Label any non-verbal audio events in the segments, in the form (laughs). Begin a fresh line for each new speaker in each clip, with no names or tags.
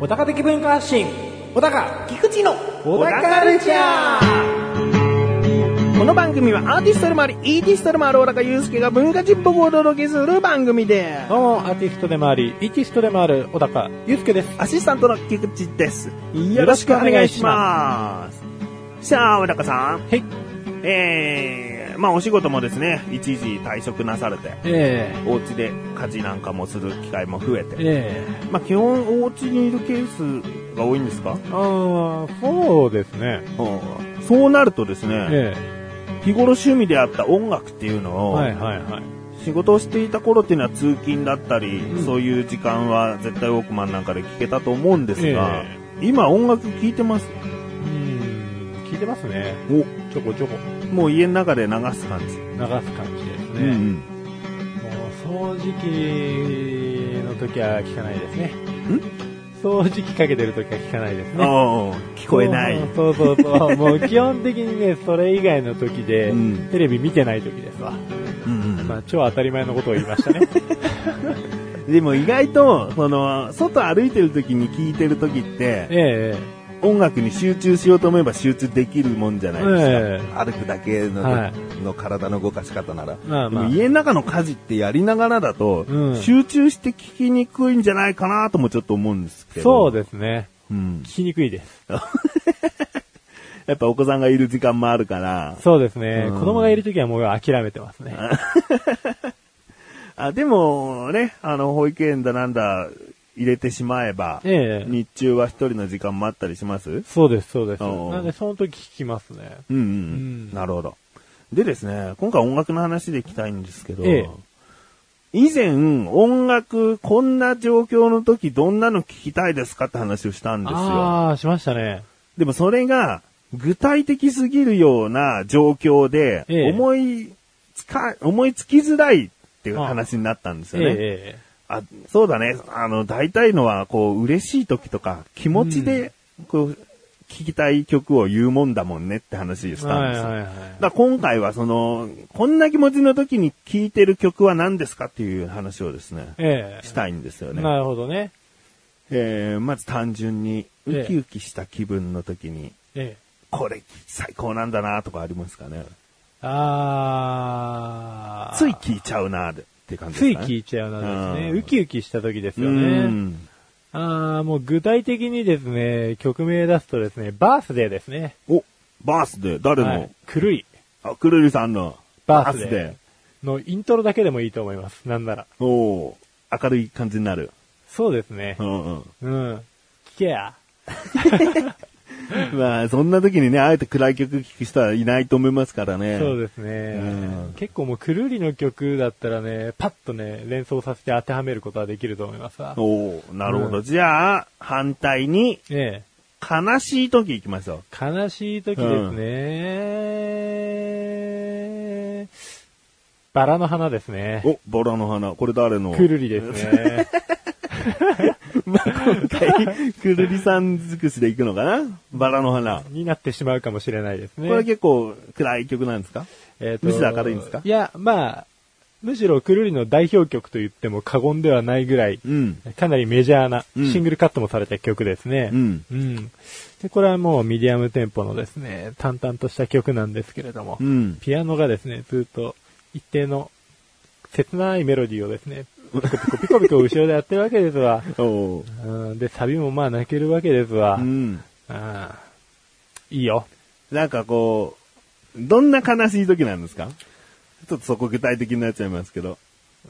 小高的文化発信小高
菊池の
小高ルチャー
この番組はアーティストでもあり、イーティストでもある小高祐介が文化チップをお届けする番組で、
どうもアーティストでもありイーティストでもある小高祐介です
アシスタントの菊池です。
よろしくお願いし
ます。さあ、小高さん、
はい
えー、まあお仕事もですね、一時退職なされて、
え
お家で家事なんかもする機会も増えて、
ええ
まあ基本お家にいるケースが多いんですか
ああそうですね
そうなるとですね、
え
日頃趣味であった音楽っていう
え
のを、
はいはいはい
仕事をしていた頃っていうのは通勤だったり、
ん
そういう時間は絶対ウォークマンなんかで聞けたと思うんですが、
え
今音楽聴いてます
うん聞いてますね
お
ちょこちょこ流
もう家の中で流す感じ。
す感じですね、
うん
もう掃除機の時は聞かないですね。掃除機かけてる時は聞かないです
うん。
ね。
おうおう聞こえない。
そうそうそうそう。もう基本的にね、 (laughs) それ以外の時で、
うん
テレビ見てない時ですわ。
うんうん
まあ、超当たり前のことを言いました
(laughs)
ね。
でも意外と、その、外歩いてる時に聴いてる時って、
ええ
音楽に集中しようと思えば集中できるもんじゃない
え
ですか。歩くだけの,、
は
の体の動かし方なら。
まあまあ
でも家の中の家事ってやりながらだと、
うん
集中して聞きにくいんじゃないかなともちょっと思うんですけど。
そうですね。
うん
聞きにくいです。
やっぱお子さんがいる時間もあるから。
そうですね。
うん
子供がいる時はもう諦めてますね。
あでもね、あの、保育園だなんだ入れてしまえば、
ええ
日中は一人の時間もあったりします
そうです、そうです。
おう
なんで、その時聞きますね。
うんうん。
ん
なるほど。でですね、今回音楽の話でいきたいんですけど、
ええ
以前、音楽、こんな状況の時、どんなの聞きたいですかって話をしたんですよ。
ああ、しましたね。
でもそれが、具体的すぎるような状況で、
ええ
思いつか、思いつきづらいっていう話になったんです
え
よね。
え
あ、そうだね。あの、大体のは、こう、嬉しい時とか、気持ちで、こう、聞きたい曲を言うもんだもんねって話をし
ええは
たん
い
ですよ。
はいはい。
だから今回は、その、こんな気持ちの時に聴いてる曲は何ですかっていう話をですね、
ええ
したいんですよね。
なるほどね。
えー、まず単純に、
ええ
ウキウキした気分の時に、
ええ
これ最高なんだなとかありますかね。
あー
つい聴いちゃうなでって感じ
つ
で
い
すかね。
聞いちゃうなですね。
うん
ウキウキした時ですよ
う
ね。
ん。
あーもう具体的にですね、曲名出すとですね、バースデーですね。
お、バースデー、誰の、
はい。狂い
あ、くるりさんの
バースデー
バー
のイントロだけでもいいと思います。なんなら。
ーおお明るい感じになる。
そうですね
う。んうん。
うん。聞けや。
まあ、そんな時にね、あえて暗い曲聴く人はいないと思いますからね。
そう
で
です
う
ね
ん。
結構もうくるりの曲だったらね、パッとね、連想させて当てはめることはできると思いますわ。
おおなるほど。
うん
じゃあ、反対に、
ええ。
悲しい時行きましょ
悲しい時ですね、バラの花ですね。
う。お、ボラの花。これ誰の
くるりです。ね。
(laughs) まあ、今回、くるりさん尽くしで行くのかなバラの花。こ
になってしまうかもしれないですね。
れは結構暗い曲なんですか
えーと
むしろ明るいんですか
いや、まあ、むしろくるりの代表曲と言っても過言ではないぐらい、
うん。
かなりメジャーな、
うん
シングルカットもされた曲ですね。
うん。
うんで、これはもうミディアムテンポのですね、淡々とした曲なんですけれども、
うん。
ピアノがですね、ずっと一定の切ないメロディーをです
(laughs)
ね、ピコピコピコピコ後ろでやってるわけですわ。
おお
うん、で、サビもまあ泣けるわけですわ。
う
うん、
ん。
いいよ。
なんかこう、どんな悲しい時なんですかちょっとそこ具体的になっちゃいますけ
(laughs)
ど。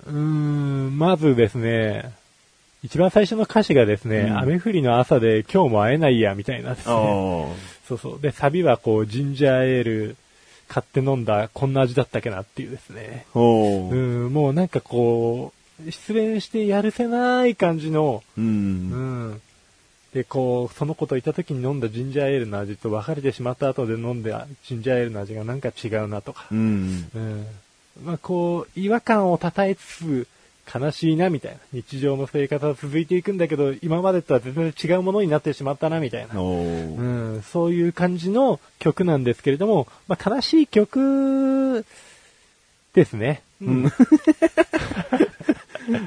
うーん、まずですね、一番最初の歌詞がですね、
うん
雨降りの朝で今日も会えないや、みたいなですね。
お
そうそう。で、サビはこう、ジンジャーエール買って飲んだ、こんな味だったっけなっていうですね。
お
う。ん、もうなんかこう、失恋してやるせない感じの、
う。
うんん。で、こう、その子といた時に飲んだジンジャーエールの味と別れてしまった後で飲んだジンジャーエールの味がなんか違うなとか
う。ん。
うん。まあ、こう、違和感をたたえつつ、悲しいな、みたいな。日常の生活は続いていくんだけど、今までとは全然違うものになってしまったな、みたいな。
お
う
ー
ん、そういう感じの曲なんですけれども、まあ、悲しい曲ですね。うん、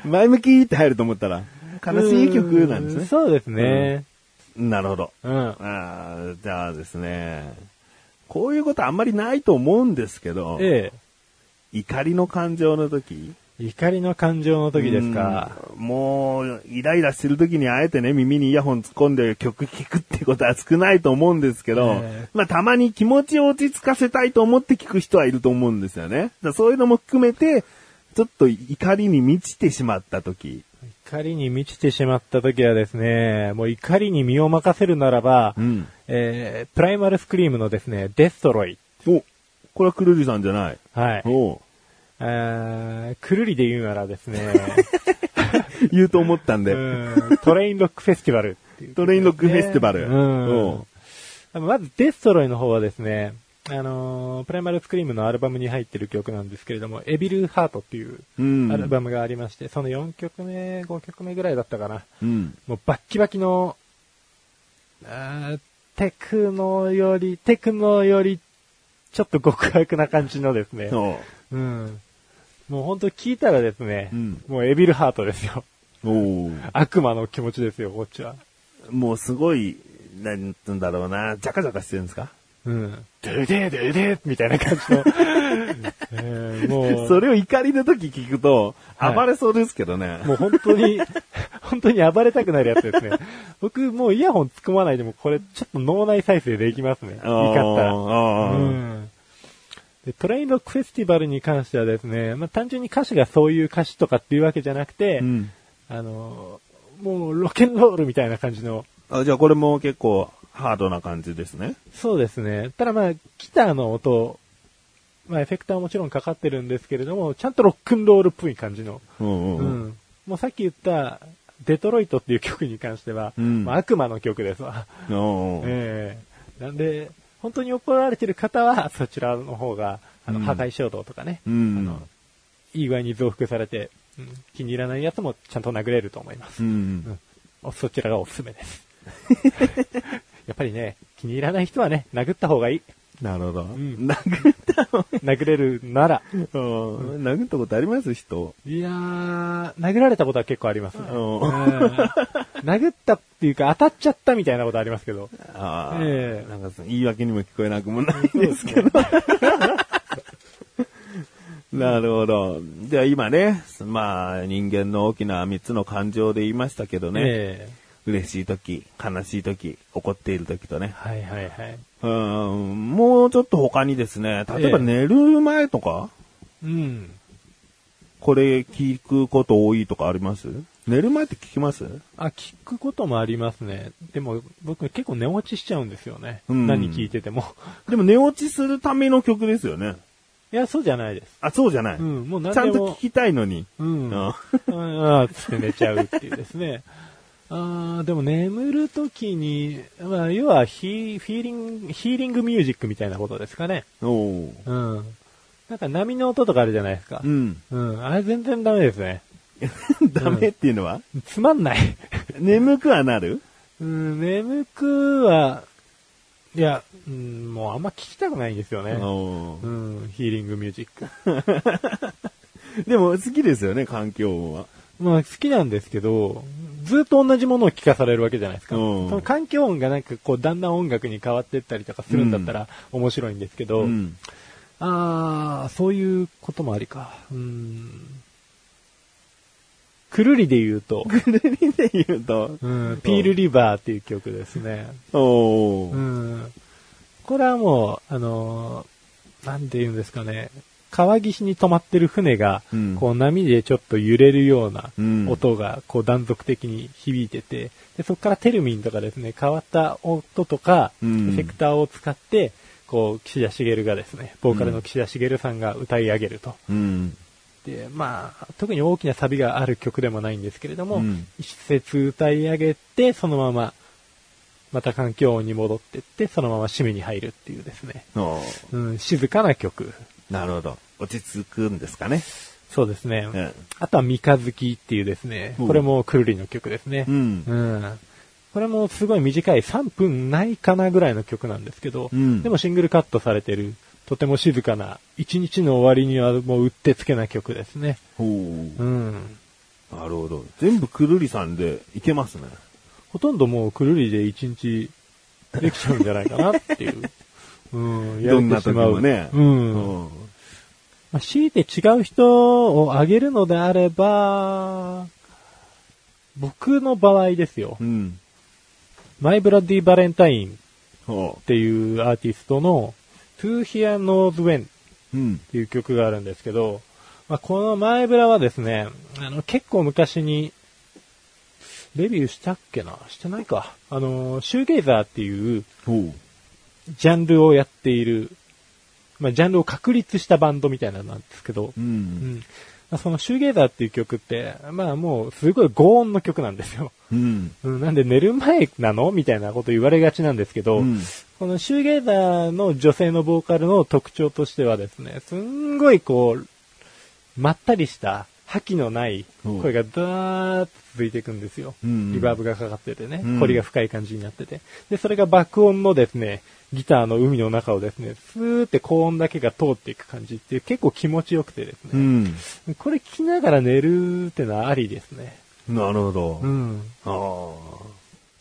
前向きって入ると思ったら、悲しい曲なんです
う
ね。
そうですね。
なるほど。
うん。
あーじゃあですね、こういうことあんまりないと思うんですけど、
え
怒りの感情の時
え、怒りの感情の時ですか。
うんもう、イライラしてる時にあえてね、耳にイヤホン突っ込んで曲聴くってことは少ないと思うんですけど、
ええ
まあたまに気持ちを落ち着かせたいと思って聴く人はいると思うんですよね。だからそういうのも含めて、ちょっと怒りに満ちてしまった時。
怒りに満ちてしまった時はですね、もう怒りに身を任せるならば、
ん。
えー、プライマルスクリームのですね、デストロイ。
お、これはくるりさんじゃない。
はい。
お
えー、くるりで言うならですね、
言うと思ったん
う
(laughs) で。
んトレインロックフェスティバルっていう
トレインロックフェスティバル。
うん
お。
まず、デストロイの方はですね、あのープライマルスクリームのアルバムに入ってる曲なんですけれども、エビルハートっていう
うん。
アルバムがありまして、その4曲目、5曲目ぐらいだったかな。
うん。
もうバッキバキの、あーテクノより、テクノより、ちょっと極悪な感じのですね。
お
うん。もう本当聞いたらですね、
うん
もうエビルハートですよ。
お
悪魔の気持ちですよ、こっちは。
もうすごい、なんつうんだろうな、ジャカジャカしてるんですか
うん。ドゥデードゥデーみたいな感じの。 (laughs) えーもう、
(laughs) それを怒りの時聞くと、
はい
暴れそうですけどね。
もう本当に、 (laughs) 本当に暴れたくなるやつですね。僕、もうイヤホン突っ込まないでも、これ、ちょっと脳内再生できますね。
あー
怒ったら。
あー
うんでトレインロックフェスティバルに関してはですね、まあ、単純に歌詞がそういう歌詞とかっていうわけじゃなくて、
うん
あのーもうロケンロールみたいな感じの、
あじゃあこれも結構ハードな感じですね。
そうですね。ただまあ、ギターの音、まあ、エフェクターはもちろんかかってるんですけれども、ちゃんとロックンロールっぽい感じの。
うん
う
うん
ん。もうさっき言った、デトロイトっていう曲に関しては、
うん
まあ悪魔の曲ですわ。
うん。おうおう
ええなんで、本当に怒られてる方は、そちらの方が、あの、
うん
破壊衝動とかね、
うん
あの、いい具合に増幅されて、うん気に入らないやつもちゃんと殴れると思います。
うん。
おそちらがおすすめです。 (laughs) やっぱりね、気に入らない人はね、殴った方がいい。
なるほど。
ん
殴ったの
殴れるなら。
(laughs) うん殴ったことあります人。
いやー、殴られたことは結構ありますね。
う
うん
ん
殴ったっていうか、当たっちゃったみたいなことありますけど。
ああ、
ええ
なんかその言い訳にも聞こえなくもないんですけど。 (laughs) なるほど。じゃあ今ね、まあ人間の大きな3つの感情で言いましたけどね、
ええ
嬉しい時、悲しい時、怒っている時とね。
はいはいはい。
うん、もうちょっと他にですね、例えば
ええ
寝る前とか、
うん。
これ聞くこと多いとかあります寝る前って聞きます
あ、聞くこともありますね。でも、僕結構寝落ちしちゃうんですよね。
うん
何聞いてても。
でも寝落ちするための曲ですよね。
いや、そうじゃないです。
あ、そうじゃない。
うん、もう何
ちゃ
で
んと
も
聞。きたいのに。
うん。
うん
ああ、つって寝ちゃうっていうですね。ああ、でも眠るときに、まあ、要はヒー、フィーリング、ヒーリングミュージックみたいなことですかね。
お
う
う
ん。なんか波の音とかあるじゃないですか
う。ん。
うん。あれ全然ダメですね。
ダメっていうのは、
つまんない。
眠くはなる
うん、眠くは、いや、うん、もうあんま聞きたくないんですよね。
おう
うん、ヒーリングミュージック。
でも好きですよね、環境音は。
まあ好きなんですけど、ずっと同じものを聞かされるわけじゃないですか。
うん
その環境音がなんかこう、だんだん音楽に変わっていったりとかするんだったら面白いんですけど、
うん
あー、そういうこともありか。うん。くるりで言う
(laughs)
と、
で言うと、
うん、ピールリバーっていう曲ですね。
おう
うん。これはもう、あのーなんて言うんですかね。川岸に止まってる船が、
うん
こう波でちょっと揺れるような
うん
音がこう断続的に響いてて、でそこからテルミンとかですね、変わった音とか、
うん
エフェクターを使って、こう、岸田茂がですね、ボーカルの岸田茂さんが歌い上げると。
うん。
で、まあ、特に大きなサビがある曲でもないんですけれども、
うん
一節歌い上げて、そのまま、また環境音に戻ってって、そのまま締めに入るっていうですね。
おう
うん、静かな曲。
なるほど。落ち着くんですかね。
そうですね。
え
あとは三日月っていうですね、
うん
これもくるりの曲ですね
え。うん。
うんこれもすごい短い3分ないかなぐらいの曲なんですけど、
うん
でもシングルカットされてる、とても静かな、一日の終わりにはもううってつけな曲ですね。
ほう。
うん。
なるほど。全部くるりさんでいけますね。
ほとんどもうくるりで一日できちゃうんじゃないかなっていう。うん、や
(laughs) ど
れ
んな
てし
時
まう
もね。
うん。
うん
まあ、強いて違う人を挙げるのであれば、僕の場合ですよ
う。ん。
マイブラッディ・バレンタイン
ほ
っていうアーティストの To Hear Knows When っ
う。うん。
ていう曲があるんですけど、まあ、この前ブラはですね、あの結構昔にレビューしたっけなしてないか。あの、シューゲイザーっていう
ほう。
ジャンルをやっている、まあ、ジャンルを確立したバンドみたいなのなんですけど、
う。
うんんまあそのシューゲイザーっていう曲って、まあもうすごい強音の曲なんですよ。
うん。
うん、なんで寝る前なのみたいなこと言われがちなんですけど、
うん
このシューゲーザーの女性のボーカルの特徴としてはですね、すんごいこう、まったりした、覇気のない
うん
声がダーッと続いていくんですよ。
うんうん
リバーブがかかっててね、
うん
彫りが深い感じになってて。で、それが爆音のですね、ギターの海の中をですね、スーって高音だけが通っていく感じっていう結構気持ちよくてです
う
ね、
ん。
これ聞きながら寝るってのはありですね。
なるほど
う。ん。
あー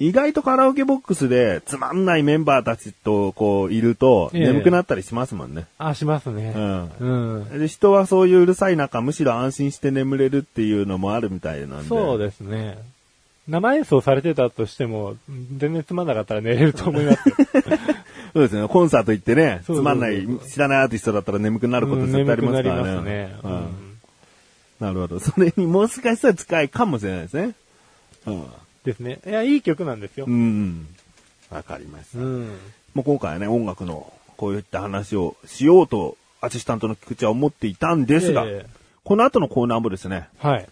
意外とカラオケボックスでつまんないメンバーたちとこういると
ええ
眠くなったりしますもんね。
あ、しますね。
うん。
うん。
で人はそういううるさい中、むしろ安心して眠れるっていうのもあるみたいなんで。
そうですね。生演奏されてたとしても、全然つまんなかったら寝れると思い (laughs) ますよ。
そうですね。コンサート行ってね、つ
そうそうそう
まんない、知らないアーティストだったら眠くなること絶対ありますか
うん
らね。
眠くなりますね。う
うん
ん
なるほど。それにもしかしたら近いかもしれないですね。うん。
ですね。いや、いい曲なんですよ
う。ん。わかりました。
うん。
もう今回はね、音楽のこういった話をしようと、アシスタントの菊池は思っていたんですが、
ええ
この後のコーナーもですね、
はい。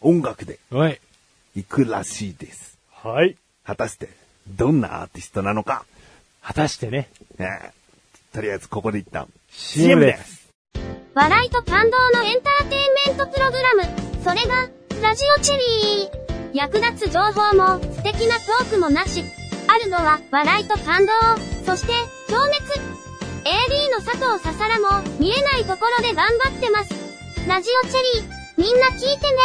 音楽で
はい。
行くらしいです。
はい。
果たして、どんなアーティストなのか、
果たしてね、
ねとりあえずここで一旦
CM です
す。
笑いと感動のエンターテインメントプログラム。それが、ラジオチビー。役立つ情報も、素敵なトークもなし。あるのは、笑いと感動。そして、情熱。AD の佐藤ささらも、見えないところで頑張ってます。ラジオチビー、みんな聞いてね。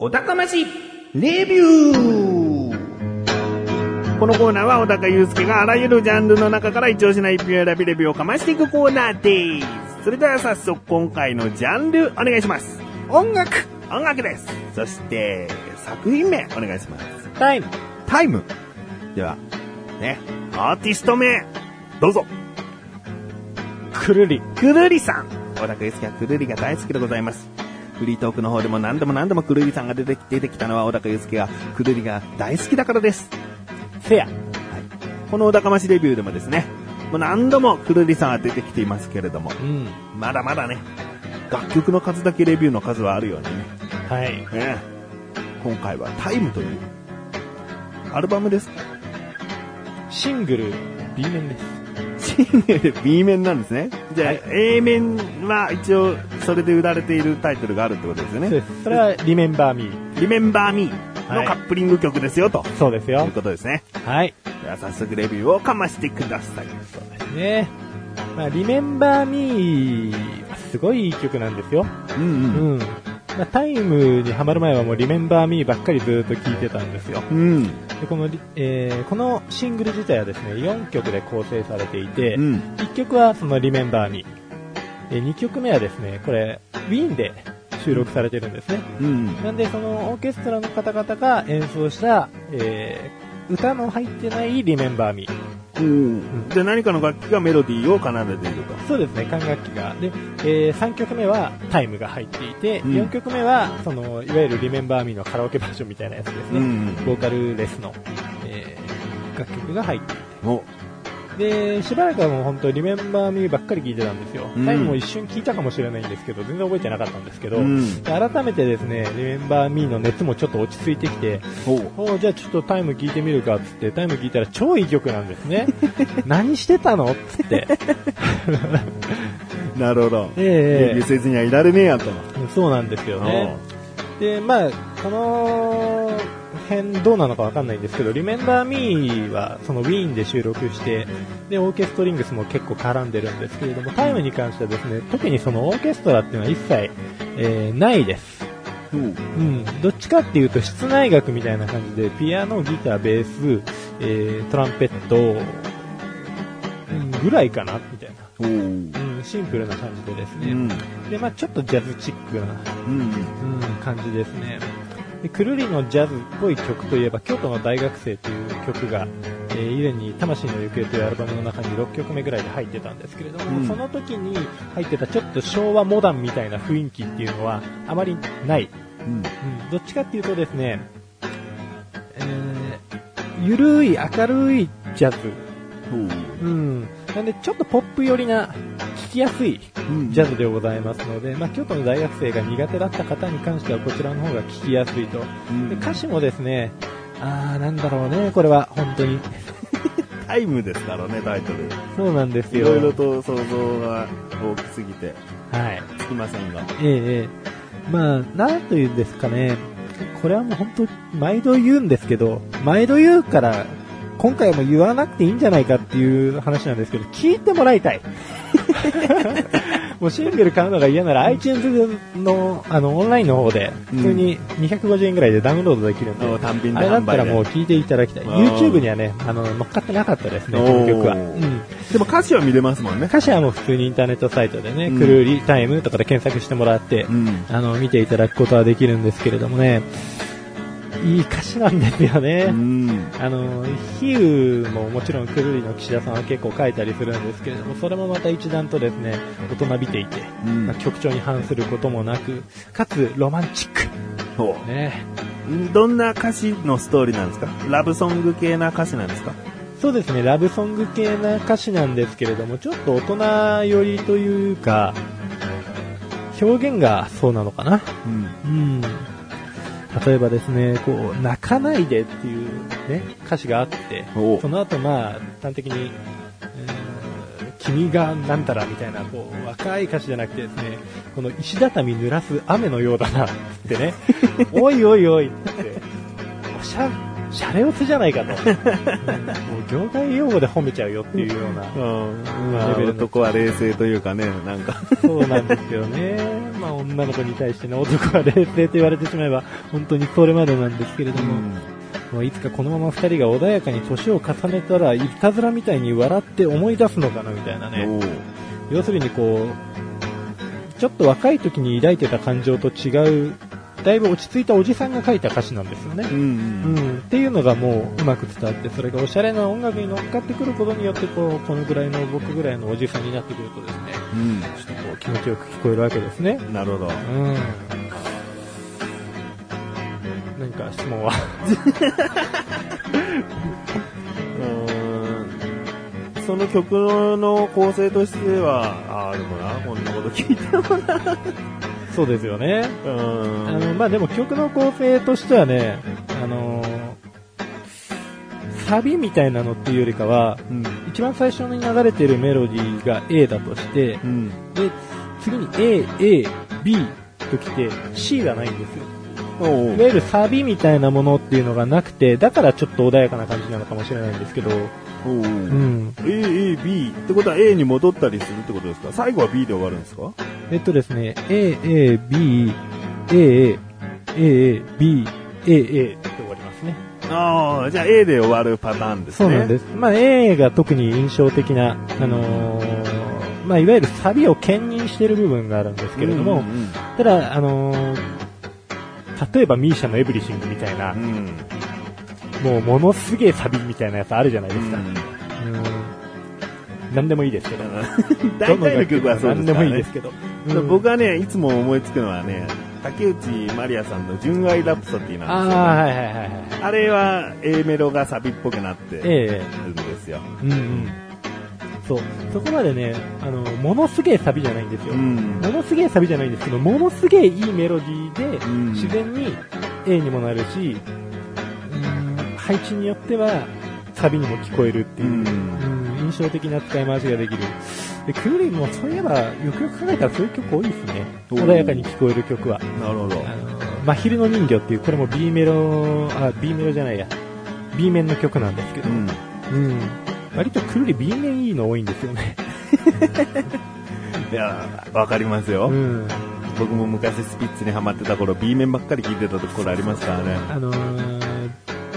お高ましレビューこのコーナーは小高祐介があらゆるジャンルの中から一押しな一品を選びレビューをかましていくコーナーです。それでは早速今回のジャンルお願いします。
音楽
音楽です。そして作品名お願いします。
タイム
タイム。では、ね、アーティスト名、どうぞ。
くるり。
くるりさん。小田圭介はくるりが大好きでございます。フリートークの方でも何度も何度もくるりさんが出てき出てきたのは小高祐介がくるりが大好きだからです。
せや。
この小高ましレビューでもですね、もう何度もくるりさんは出てきていますけれども、
うん。
まだまだね、楽曲の数だけレビューの数はあるようにね。
はい。
ええ今回はタイムという、アルバムです。
シングル、B 面です。
シングル B 面なんですね。じゃあ、
はい
A 面は一応それで売られているタイトルがあるってことですよね。
そうです。それは、リメンバーミー。
リメンバーミー
は
の
い
カップリング曲ですよ、と
そうです
い
よ
う。ことですね。
はい。
では早速レビューをかましてください。
ね。まあ、リメンバーミー、すごいいい曲なんですよ。
うんうん。
うん。まあ、タイムにハマる前はもうリメンバーミーばっかりずーっと聴いてたんですよ。
うん。
で、このリ、えーこのシングル自体はですね、4曲で構成されていて、
うん。
1曲はそのリメンバーミー。で、2曲目はですね、これ、ウィーンで収録されてるんですね。
うん。
なんで、そのオーケストラの方々が演奏した、えー歌の入ってないリメンバーミー。
うん。で、何かの楽器がメロディーを奏でていると。
そうですね、管楽器が。で、え3曲目はタイムが入っていて、
うん
4曲目は、その、いわゆるリメンバーミーのカラオケバージョンみたいなやつですね。
ん
ボーカルレスの、えー楽曲が入ってい
うん。お、
てでしばらくはもう本当リメンバーミーばっかり聞いてたんですよ、
うん
タイムも一瞬聞いたかもしれないんですけど全然覚えてなかったんですけど、
うん。
で改めてですねリメンバーミーの熱もちょっと落ち着いてきて
おう。
おうじゃあちょっとタイム聞いてみるかっつってタイム聞いたら
(laughs)
超いい曲なんですね何してたのっつって
なるほど。
ええ
レビューせずにはいられねえやと。
そうなんですよね。で、まあ、この辺どうなのかわかんないんですけど、Remember Me はそのウィーンで収録して、で、オーケストリングスも結構絡んでるんですけれども、タイムに関してはですね、特にそのオーケストラっていうのは一切、えーないです。
うん
うん、どっちかっていうと室内楽みたいな感じで、ピアノ、ギター、ベース、えートランペット、うんぐらいかな、みたいな。
おー
うん、シンプルな感じでです
う
ね。
ん。
で、まあちょっとジャズチックな
うん。
うん、感じですね。で、くるりのジャズっぽい曲といえば、京都の大学生という曲が、えー以前に魂の行方というアルバムの中に6曲目ぐらいで入ってたんですけれども、
うん
その時に入ってたちょっと昭和モダンみたいな雰囲気っていうのはあまりない。
うん。
うん、どっちかっていうとですね、えー、ゆるい明るいジャズ。うん。なんでちょっとポップ寄りな、聴きやすい
うん
ジャズでございますので、まあ、京都の大学生が苦手だった方に関してはこちらの方が聞きやすいと。
うん
で歌詞もですね、あー、なんだろうね、これは、本当に。
タイムですからね、タイトル。
そうなんです
い
よ。
ろいろと想像が大きすぎて、
はい。
つきませんが。
ええええまあ、なんというんですかね、これはもう本当、毎度言うんですけど、毎度言うから、今回も言わなくていいんじゃないかっていう話なんですけど、聞いてもらいた
(laughs)
い。もうシングル買うのが嫌なら iTunes のあのオンラインの方で普通に250円ぐらいでダウンロードできるんで、
お単品で
あれだっ
販
た
売
らもう
で。
聞いていただきたい。
あー
YouTube にはね、あの、乗っかってなかったですね、
お
こ
ー
の曲は。うん。
でも歌詞は見れますもんね。
歌詞はもう普通にインターネットサイトでね、
うん
くるりタイムとかで検索してもらって、
うん。
あの、見ていただくことはできるんですけれどもね、いい歌詞なんですよ
う
ね。
ん。
あの、比喩ももちろんくるりの岸田さんは結構書いたりするんですけれども、それもまた一段とですね、大人びていて、
うん
まあ曲調に反することもなく、かつロマンチック。
そう
ね。
どんな歌詞のストーリーなんですかラブソング系な歌詞なんですか
そうですね、ラブソング系な歌詞なんですけれども、ちょっと大人寄りというか、表現がそうなのかな。
うん。
うん。例えばですね、こう、泣かないでっていうね、歌詞があって、
おう
その後まあ、端的に、うーん君がなんたらみたいな、こう、若い歌詞じゃなくてですね、この石畳濡らす雨のようだな、つってね、おいおいおいって、おしゃ、シャレオツじゃないかと。うんもう業界用語で褒めちゃうよっていうような。
ま
レ
あ
ベルの
男は冷静というかね、なんか。
そうなんですよね。まあ女の子に対してね、男は冷静と言われてしまえば、本当にそれまでなんですけれども、もういつかこのまま二人が穏やかに年を重ねたら、いたずらみたいに笑って思い出すのかなみたいなね。
おう
要するにこう、ちょっと若い時に抱いてた感情と違う、だいぶ落ち着いたおじさんが書いた歌詞なんですよね
う。
うんん、っていうのがもううまく伝わって、それがおしゃれな音楽に乗っかってくることによって、こう、このぐらいの僕ぐらいのおじさんになってくるとですね、
うん。
ちょっとこう気持ちよく聞こえるわけですね。
うん。なるほ
う
ど。
ん。何か質問は
その曲の構成としては、ああ、でもな、こんなこと聞いたもんな。
そうですよね。
う
あ
ん。
の、まあ、でも曲の構成としてはね、あのーサビみたいなのっていうよりかは、
うん。
一番最初に流れてるメロディーが A だとして、
うん。
で、次に A、A、B と来て C がないんですよ。
おう
いわゆるサビみたいなものっていうのがなくて、だからちょっと穏やかな感じなのかもしれないんですけど、
おう
う。ん。
A、A、B ってことは A に戻ったりするってことですか最後は B で終わるんですか
えっとですね、A, A, B, A, A, A, A, B, A, A って終わりますね。
ああ、じゃあ A で終わるパターンですね。。
そうなんですす。まあ A が特に印象的な、あのーまあいわゆるサビを兼任してる部分があるんですけれども、
うん
ただ、あのー例えばミーシャのエブリシングみたいな
う、ん。うん
もうものすげえサビみたいなやつあるじゃないですか。
うん
うん。なんでもいいですけど。
大体の曲はそう
どの楽器でもな
ですから
んでもいい
ね
です。けど。
僕はね、いつも思いつくのはね、竹内まりやさんの純愛ラプソディ
あ
なんですよ、
あ、
ね。
はいはいはいはい。
あれは A メロがサビっぽくなってる
ええ
んですよ。
うんうん。そう。そこまでね、あの、ものすげえサビじゃないんですよ。
うん
ものすげえサビじゃないんですけど、ものすげえいいメロディーで、
うん
自然に A にもなるし、うん配置によってはサビにも聞こえるって
う
いう、
ん
うん印象的な使い回しができる。で、クーリンもそういえば、よくよく考えたらそういう曲多いですね。
おー
穏やかに聞こえる曲は。
なるほど。
あの、真昼の人魚っていう、これも B メロ、あ、B メロじゃないや。B 面の曲なんですけ
う
ど、
ん。
うん。割とクーリ B 面いいの多いんですよね。
いやー、わかりますよ。
うん。
僕も昔スピッツにハマってた頃、B 面ばっかり聞いてたところありますからね。
あのー、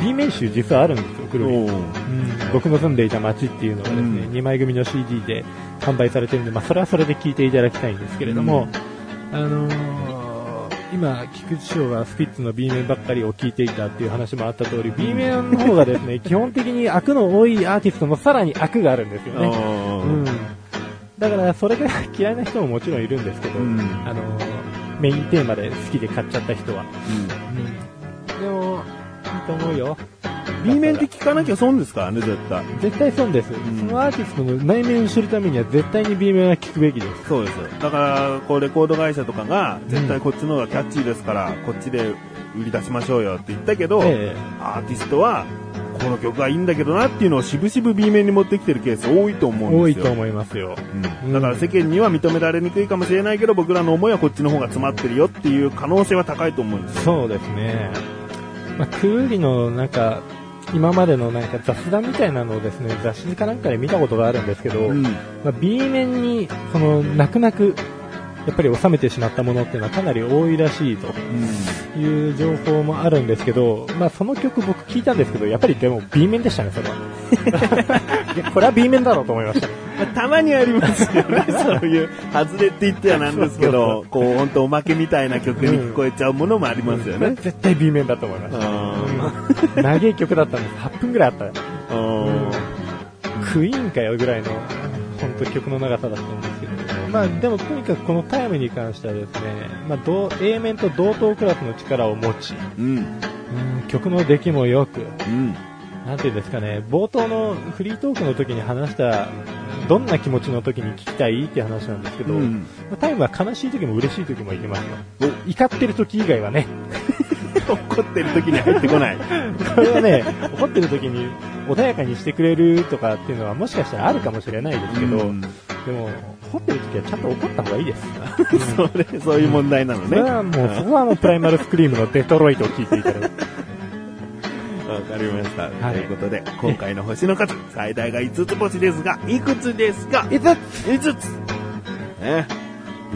B 面集実はあるんですよ、クーリ。
おー
うん僕の住んでいた街っていうのがですね、
うん
2枚組の CD で販売されてるんで、まあ、それはそれで聞いていただきたいんですけれども、あのー今、菊池師匠がスピッツの B 面ばっかりを聞いていたっていう話もあった通り、B 面の方がですね、 (laughs) 基本的に悪の多いアーティストのさらに悪があるんですよね。
お
うん
ー。
だから、それが嫌いな人ももちろんいるんですけど、
うん。
あのーメインテーマで好きで買っちゃった人は。でも、いいと思うよ。
B 面って聞かなきゃ損ですからね、絶対。
絶対損です、
ん
そのアーティストの内面を知るためには絶対に B 面は聞くべきです
そうです。だから、こう、レコード会社とかが、絶対こっちの方がキャッチーですから、こっちで売り出しましょうよって言ったけど、
え
アーティストは、この曲がいいんだけどなっていうのを渋々 B 面に持ってきてるケース多いと思うん
多
で
い
す
と
よ。
思いますよ
うん、だから世間には認められにくいかもしれないけど、僕らの思いはこっちの方が詰まってるよっていう可能性は高いと思うんですよ。
そうですね、まあ、クーリのなんか今までのなんか雑談みたいなのをですね雑誌かなんかで見たことがあるんですけど、
うん。
まあ、B 面にその泣く泣くやっぱり収めてしまったものっていうのはかなり多いらしいという情報もあるんですけど、まあ、その曲僕聞いたんですけどやっぱりでも B 面でしたねそれはい
(laughs)
やこれは B 面だろうと思いました
まあたまにありますよね、そういう、外れって言ってはなんです (laughs) けど、こう、ほんとおまけみたいな曲に聞こえちゃうものもありますよね。
絶対 B 面だと思いま
う
し
ん
た。長い曲だったんです。8分ぐらいあったよ。
うん
クイーンかよぐらいの、本当曲の長さだったんですけど。まあでもとにかくこのタイムに関してはですね、まあ同 A 面と同等クラスの力を持ち、
うん。
うん曲の出来も良く、
うん。
なんていうんですかね、冒頭のフリートークの時に話した、どんな気持ちの時に聞きたいっていう話なんですけど、
うん
まあタイムは悲しい時も嬉しい時もいけますよ。怒ってる時以外はね、 (laughs)
怒ってる時に入ってこない。
これはね、怒ってる時に穏やかにしてくれるとかっていうのはもしかしたらあるかもしれないですけど、
うん
でも、怒ってる時はちゃんと怒った方がいいです。
(laughs) それ、そういう問題なの
そ
ね。
れはもう、そこはもうプライマルスクリームのデトロイトを聞いていただい
(laughs)
て。
わかりました。
はい
ということで、今回の星の数、最大が5つ星ですが、いくつですか
いつ
?5 つね。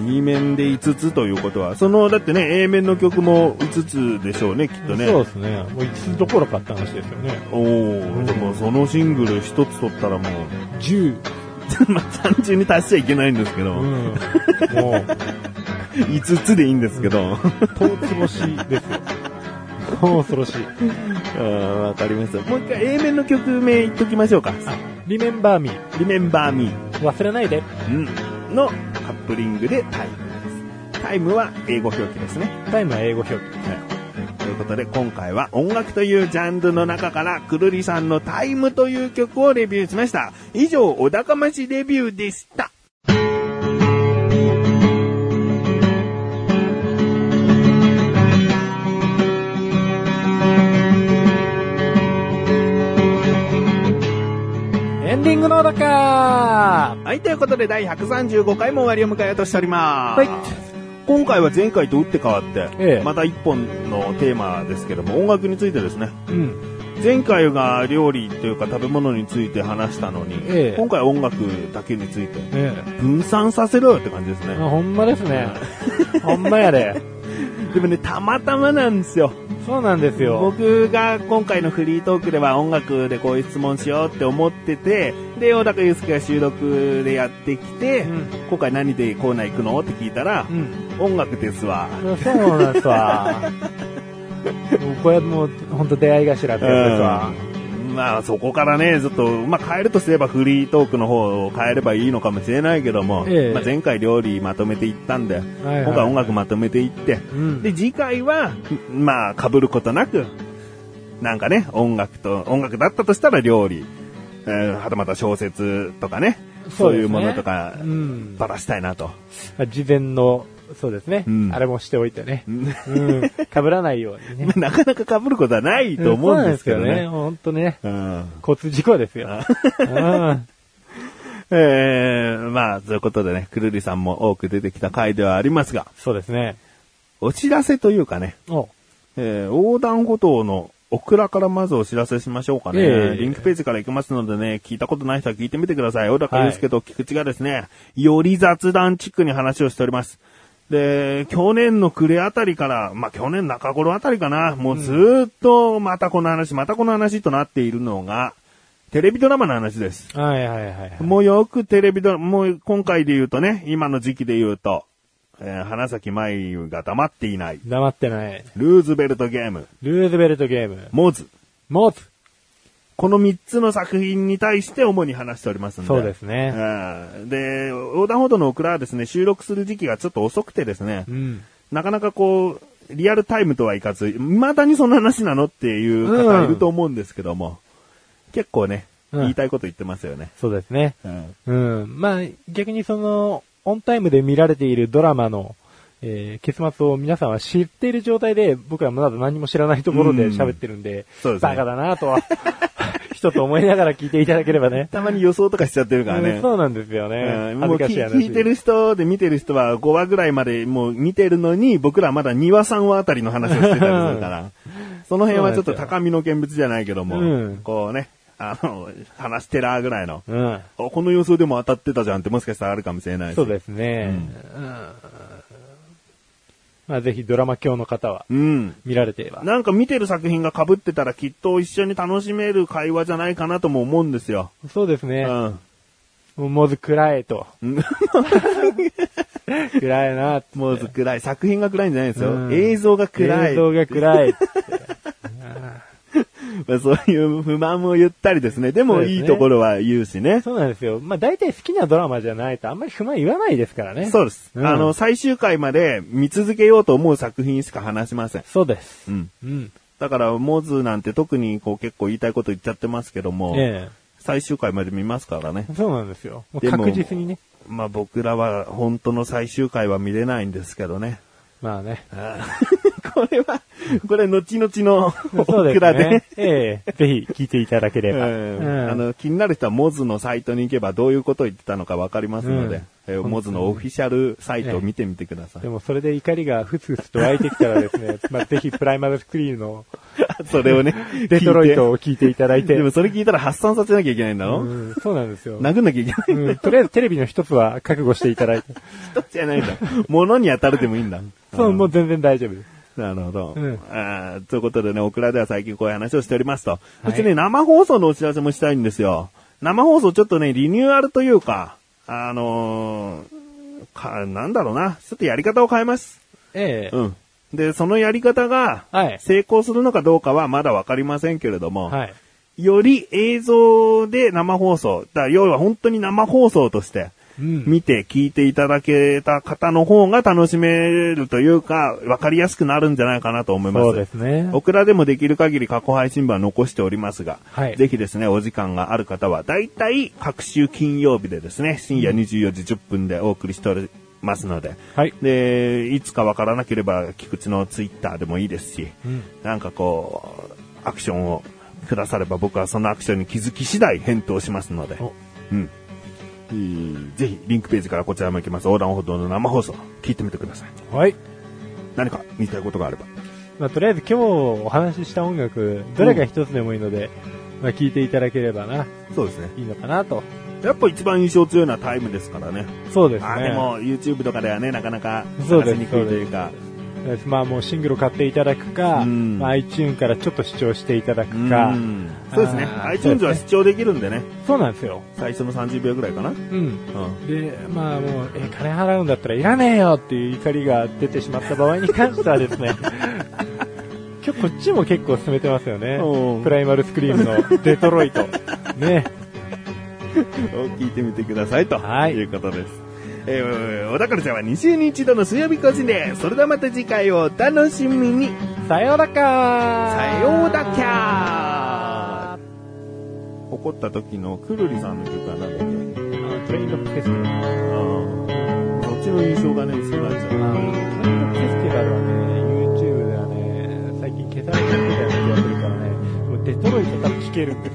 B 面で5つということは、その、だってね、A 面の曲も5つでしょうね、きっとね。
そうですね。もういつどころかって話ですよね。
おー、でもそのシングル1つ取ったらもう、
10。
(laughs) まあ単純に足しちゃいけないんですけ
う
ど、
ん。もう、
5つでいいんですけど、
唐つぼしですよ。もう恐ろしい。
あーわかりました。もう一回 A 面の曲名言っときましょうか。
リメンバーミー。
Remember Me
忘れないで。
うんのカップリングでタイムです。タイムは英語表記ですね。
タイムは英語表記。
ということで今回は音楽というジャンルの中からくるりさんのタイムという曲をレビューしました。以上、お高ましレビューでした。
エンディングのだか
はい、ということで第135回も終わりを迎えようとしております。
はい
今回は前回と打って変わって、
ええ
また一本のテーマですけども、音楽についてですね。
うん。
前回が料理というか食べ物について話したのに、
ええ
今回は音楽だけについて
え
分散させろよって感じです
え。
ね。
ほんまですね。ほんまやで。
でもね、たまたまなんですよ。
そうなんですよ。
僕が今回のフリートークでは音楽でこういう質問しようって思ってて、で、小高祐介が収録でやってきて、
うん
今回何でコーナー行くのって聞いたら
う、ん。
音楽ですわ。
そうなんですわ。もうこれもう、ほんと出会い頭ってやつですわ。
まあそこからね、ちょっと、まあ変えるとすればフリートークの方を変えればいいのかもしれないけども、
ええ
まあ前回料理まとめていったんで、
はいはい
今回音楽まとめていって、
うん
で、次回は、まあ、被ることなく、なんかね、音楽と、音楽だったとしたら料理、えーはたまた小説とかね、そういうものとか
う、ん。
ばらしたいなと。 (laughs)
事前の、そうですね。
うん
あれもしておいてね。
うん。
うん。被らないようにね
なかなか被ることはないと思うんですけど
そうなんですけどね。
ね。
ほんとね。
うん
交通事故ですよ。うん。
えー、まあ、そういうことでね、くるりさんも多く出てきた回ではありますが、
そうですね。
お知らせというかね、
お
えー、横断歩道のオクラからまずお知らせしましょうかね。
ええ
リンクページから行きますのでね、聞いたことない人は聞いてみてください。小高祐介と菊池がですね、より雑談地区に話をしております。で、去年の暮れあたりから、まあ、去年中頃あたりかな、もうずーっとまたこの話、またこの話となっているのが、テレビドラマの話です。
はいはいはいはい。
もうよくテレビドラマ、もう今回で言うとね、今の時期で言うと、えー花咲舞が黙っていない、
黙ってない。
ルーズベルトゲーム、
ルーズベルトゲーム。
モズ、
モーツ。
この3つの作品に対して主に話しておりますんで。
そうです
え
ね。
ー。で、横断歩道のオクラはですね、収録する時期がちょっと遅くてですね
う、ん。
なかなかこう、リアルタイムとはいかず、未だにそんな話なのっていう
う
方
ん
いると思うんですけども、結構ね、
うん
言いたいこと言ってますよね。
そうですね。 (laughs)
うん。
うん。まあ、逆にその、オンタイムで見られているドラマの、えー、結末を皆さんは知っている状態で、僕はまだ何も知らないところで喋ってるんで、
そうですね
バカだなとは、 (laughs) 一つ思いながら聞いていただければね。
たまに予想とかしちゃってるからね。
うんそうなんですよね。
うん
恥
もう
ずか
聞
しい話。
聞いてる人で見てる人は5話ぐらいまでもう見てるのに、僕らまだ2話3話あたりの話をしてたりする
(laughs)
から、その辺はちょっと高みの見物じゃないけども、
うん
こうね、あの、話してらーぐらいの、
うん。
おこの予想でも当たってたじゃんってもしかしたらあるかもしれないし
そうですね。うんまあ、ぜひドラマ教の方は
うん。
見られていれば。
なんか見てる作品が被ってたらきっと一緒に楽しめる会話じゃないかなとも思うんですよ。
そうです
う
ね。
ん。
もうもず暗い
(laughs)
と。 (laughs) 暗いなって。
もう暗い。作品が暗いんじゃないですよ。
うん
映像が暗い。
映像が暗いって。
(laughs) まあ、そういう不満を言ったりですね。で
そ
も
うですね
いいところは言うし (laughs) ね。
そうなんですよ。まあ、大体好きなドラマじゃないとあんまり不満言わないですからね。
そう
う。
です、
ん
あの、最終回まで見続けようと思う作品しか話しません。
そうです
う。ん。
うん。
だから、モズなんて特にこう結構言いたいこと言っちゃってますけども、
え
最終回まで見ますからね
え。。そうなんですよ。もう
でも
確実にね。
まあ僕らは本当の最終回は見れないんですけどね。
まあ
(laughs)
ね。
あーこれは、これ後々の
そうで
オクラ
す
で
ね。ええぜひ聞いていただければ。
うん
うん
あの、気になる人はモズのサイトに行けばどういうことを言ってたのかわかりますので、
うん
えーモズのオフィシャルサイトを見てみてください
で。もそれで怒りがふつふつと湧いてきたらです
(laughs)
ね、まあ、ぜひプライマルスクリーンの
それを
(laughs)
ね、
デトロイト
聞い
を聞いていただい
て。
て。
でもそれ聞いたら発散させなきゃいけないんだろ、
うん、そうなんですよ。
殴んなきゃいけないん
う
だ。
ん、とりあえずテレビの一つは覚悟していただいて。
どっちじゃないんだ。
(laughs)
物に当たれてもいいんだ。
そう、
ん
もう全然大丈夫です。
なるほど、
うん
あーということでね、オクラでは最近こういう話をしておりますと。
い
そしてね、生放送のお知らせもしたいんですよ。生放送ちょっとね、リニューアルというか、あのーか、なんだろうな。ちょっとやり方を変えます。
ええ
うん。で、そのやり方が
はい、
成功するのかどうかはまだわかりませんけれども、
はい。
より映像で生放送、だから要は本当に生放送として、
うん
見て聞いていただけた方の方が楽しめるというか、わかりやすくなるんじゃないかなと思います。
そうですね。
オクラでもできる限り過去配信版残しておりますが、
はい
ぜひですね、お時間がある方は、だいたい各週金曜日でですね、深夜24時10分でお送りしておりますので、
はい
で、いつかわからなければ、菊池のツイッターでもいいですし、
うん
なんかこう、アクションをくだされば僕はそのアクションに気づき次第返答しますので
お、
うん。えーぜひ、リンクページからこちらも行きます。横断歩道の生放送、聞いてみてください。
はい。
何か見たいことがあれば。
まあ、とりあえず今日お話しした音楽、どれか一つでもいいので、まあ、聞いていただければな、
そうですね。
いいのかなと。
やっぱ一番印象強いのはタイムですからね。
そうですね。
あでも YouTube とかではね、なかなか
そう
探
で
し
す
にくいというか。
まあもうシングルを買っていただくか、
うん
まあ、iTune からちょっと視聴していただ
う
くか、
んそうですね。
あー
iTunes は視聴できるんでね。
そうなんですよ。
最初の30秒ぐらいかな。うん。
うん。で、まあもう、え、金払うんだったらいらねえよっていう怒りが出てしまった場合に関してはですね、 (laughs) 今日こっちも結構進めてますよね
おう。
プライマルスクリーム
(laughs)
のデトロイト。ね。
を聞いてみてくださいと
はい
いうことです。えー、おだかるちゃんは2週に一度の水曜日更新で、それではまた次回をお楽しみに。
さようだか
さようだきゃー怒った時のくるりさんの曲はなんだっ
ト
け
レインドフェスティバル。
あーそっちの印象がね、薄くなっちゃう。
トレインドフェスティバルはね、YouTube ではね、最近消されちゃってたような気がするからね、でもデトロイト多分聴けるんですよ。
(laughs)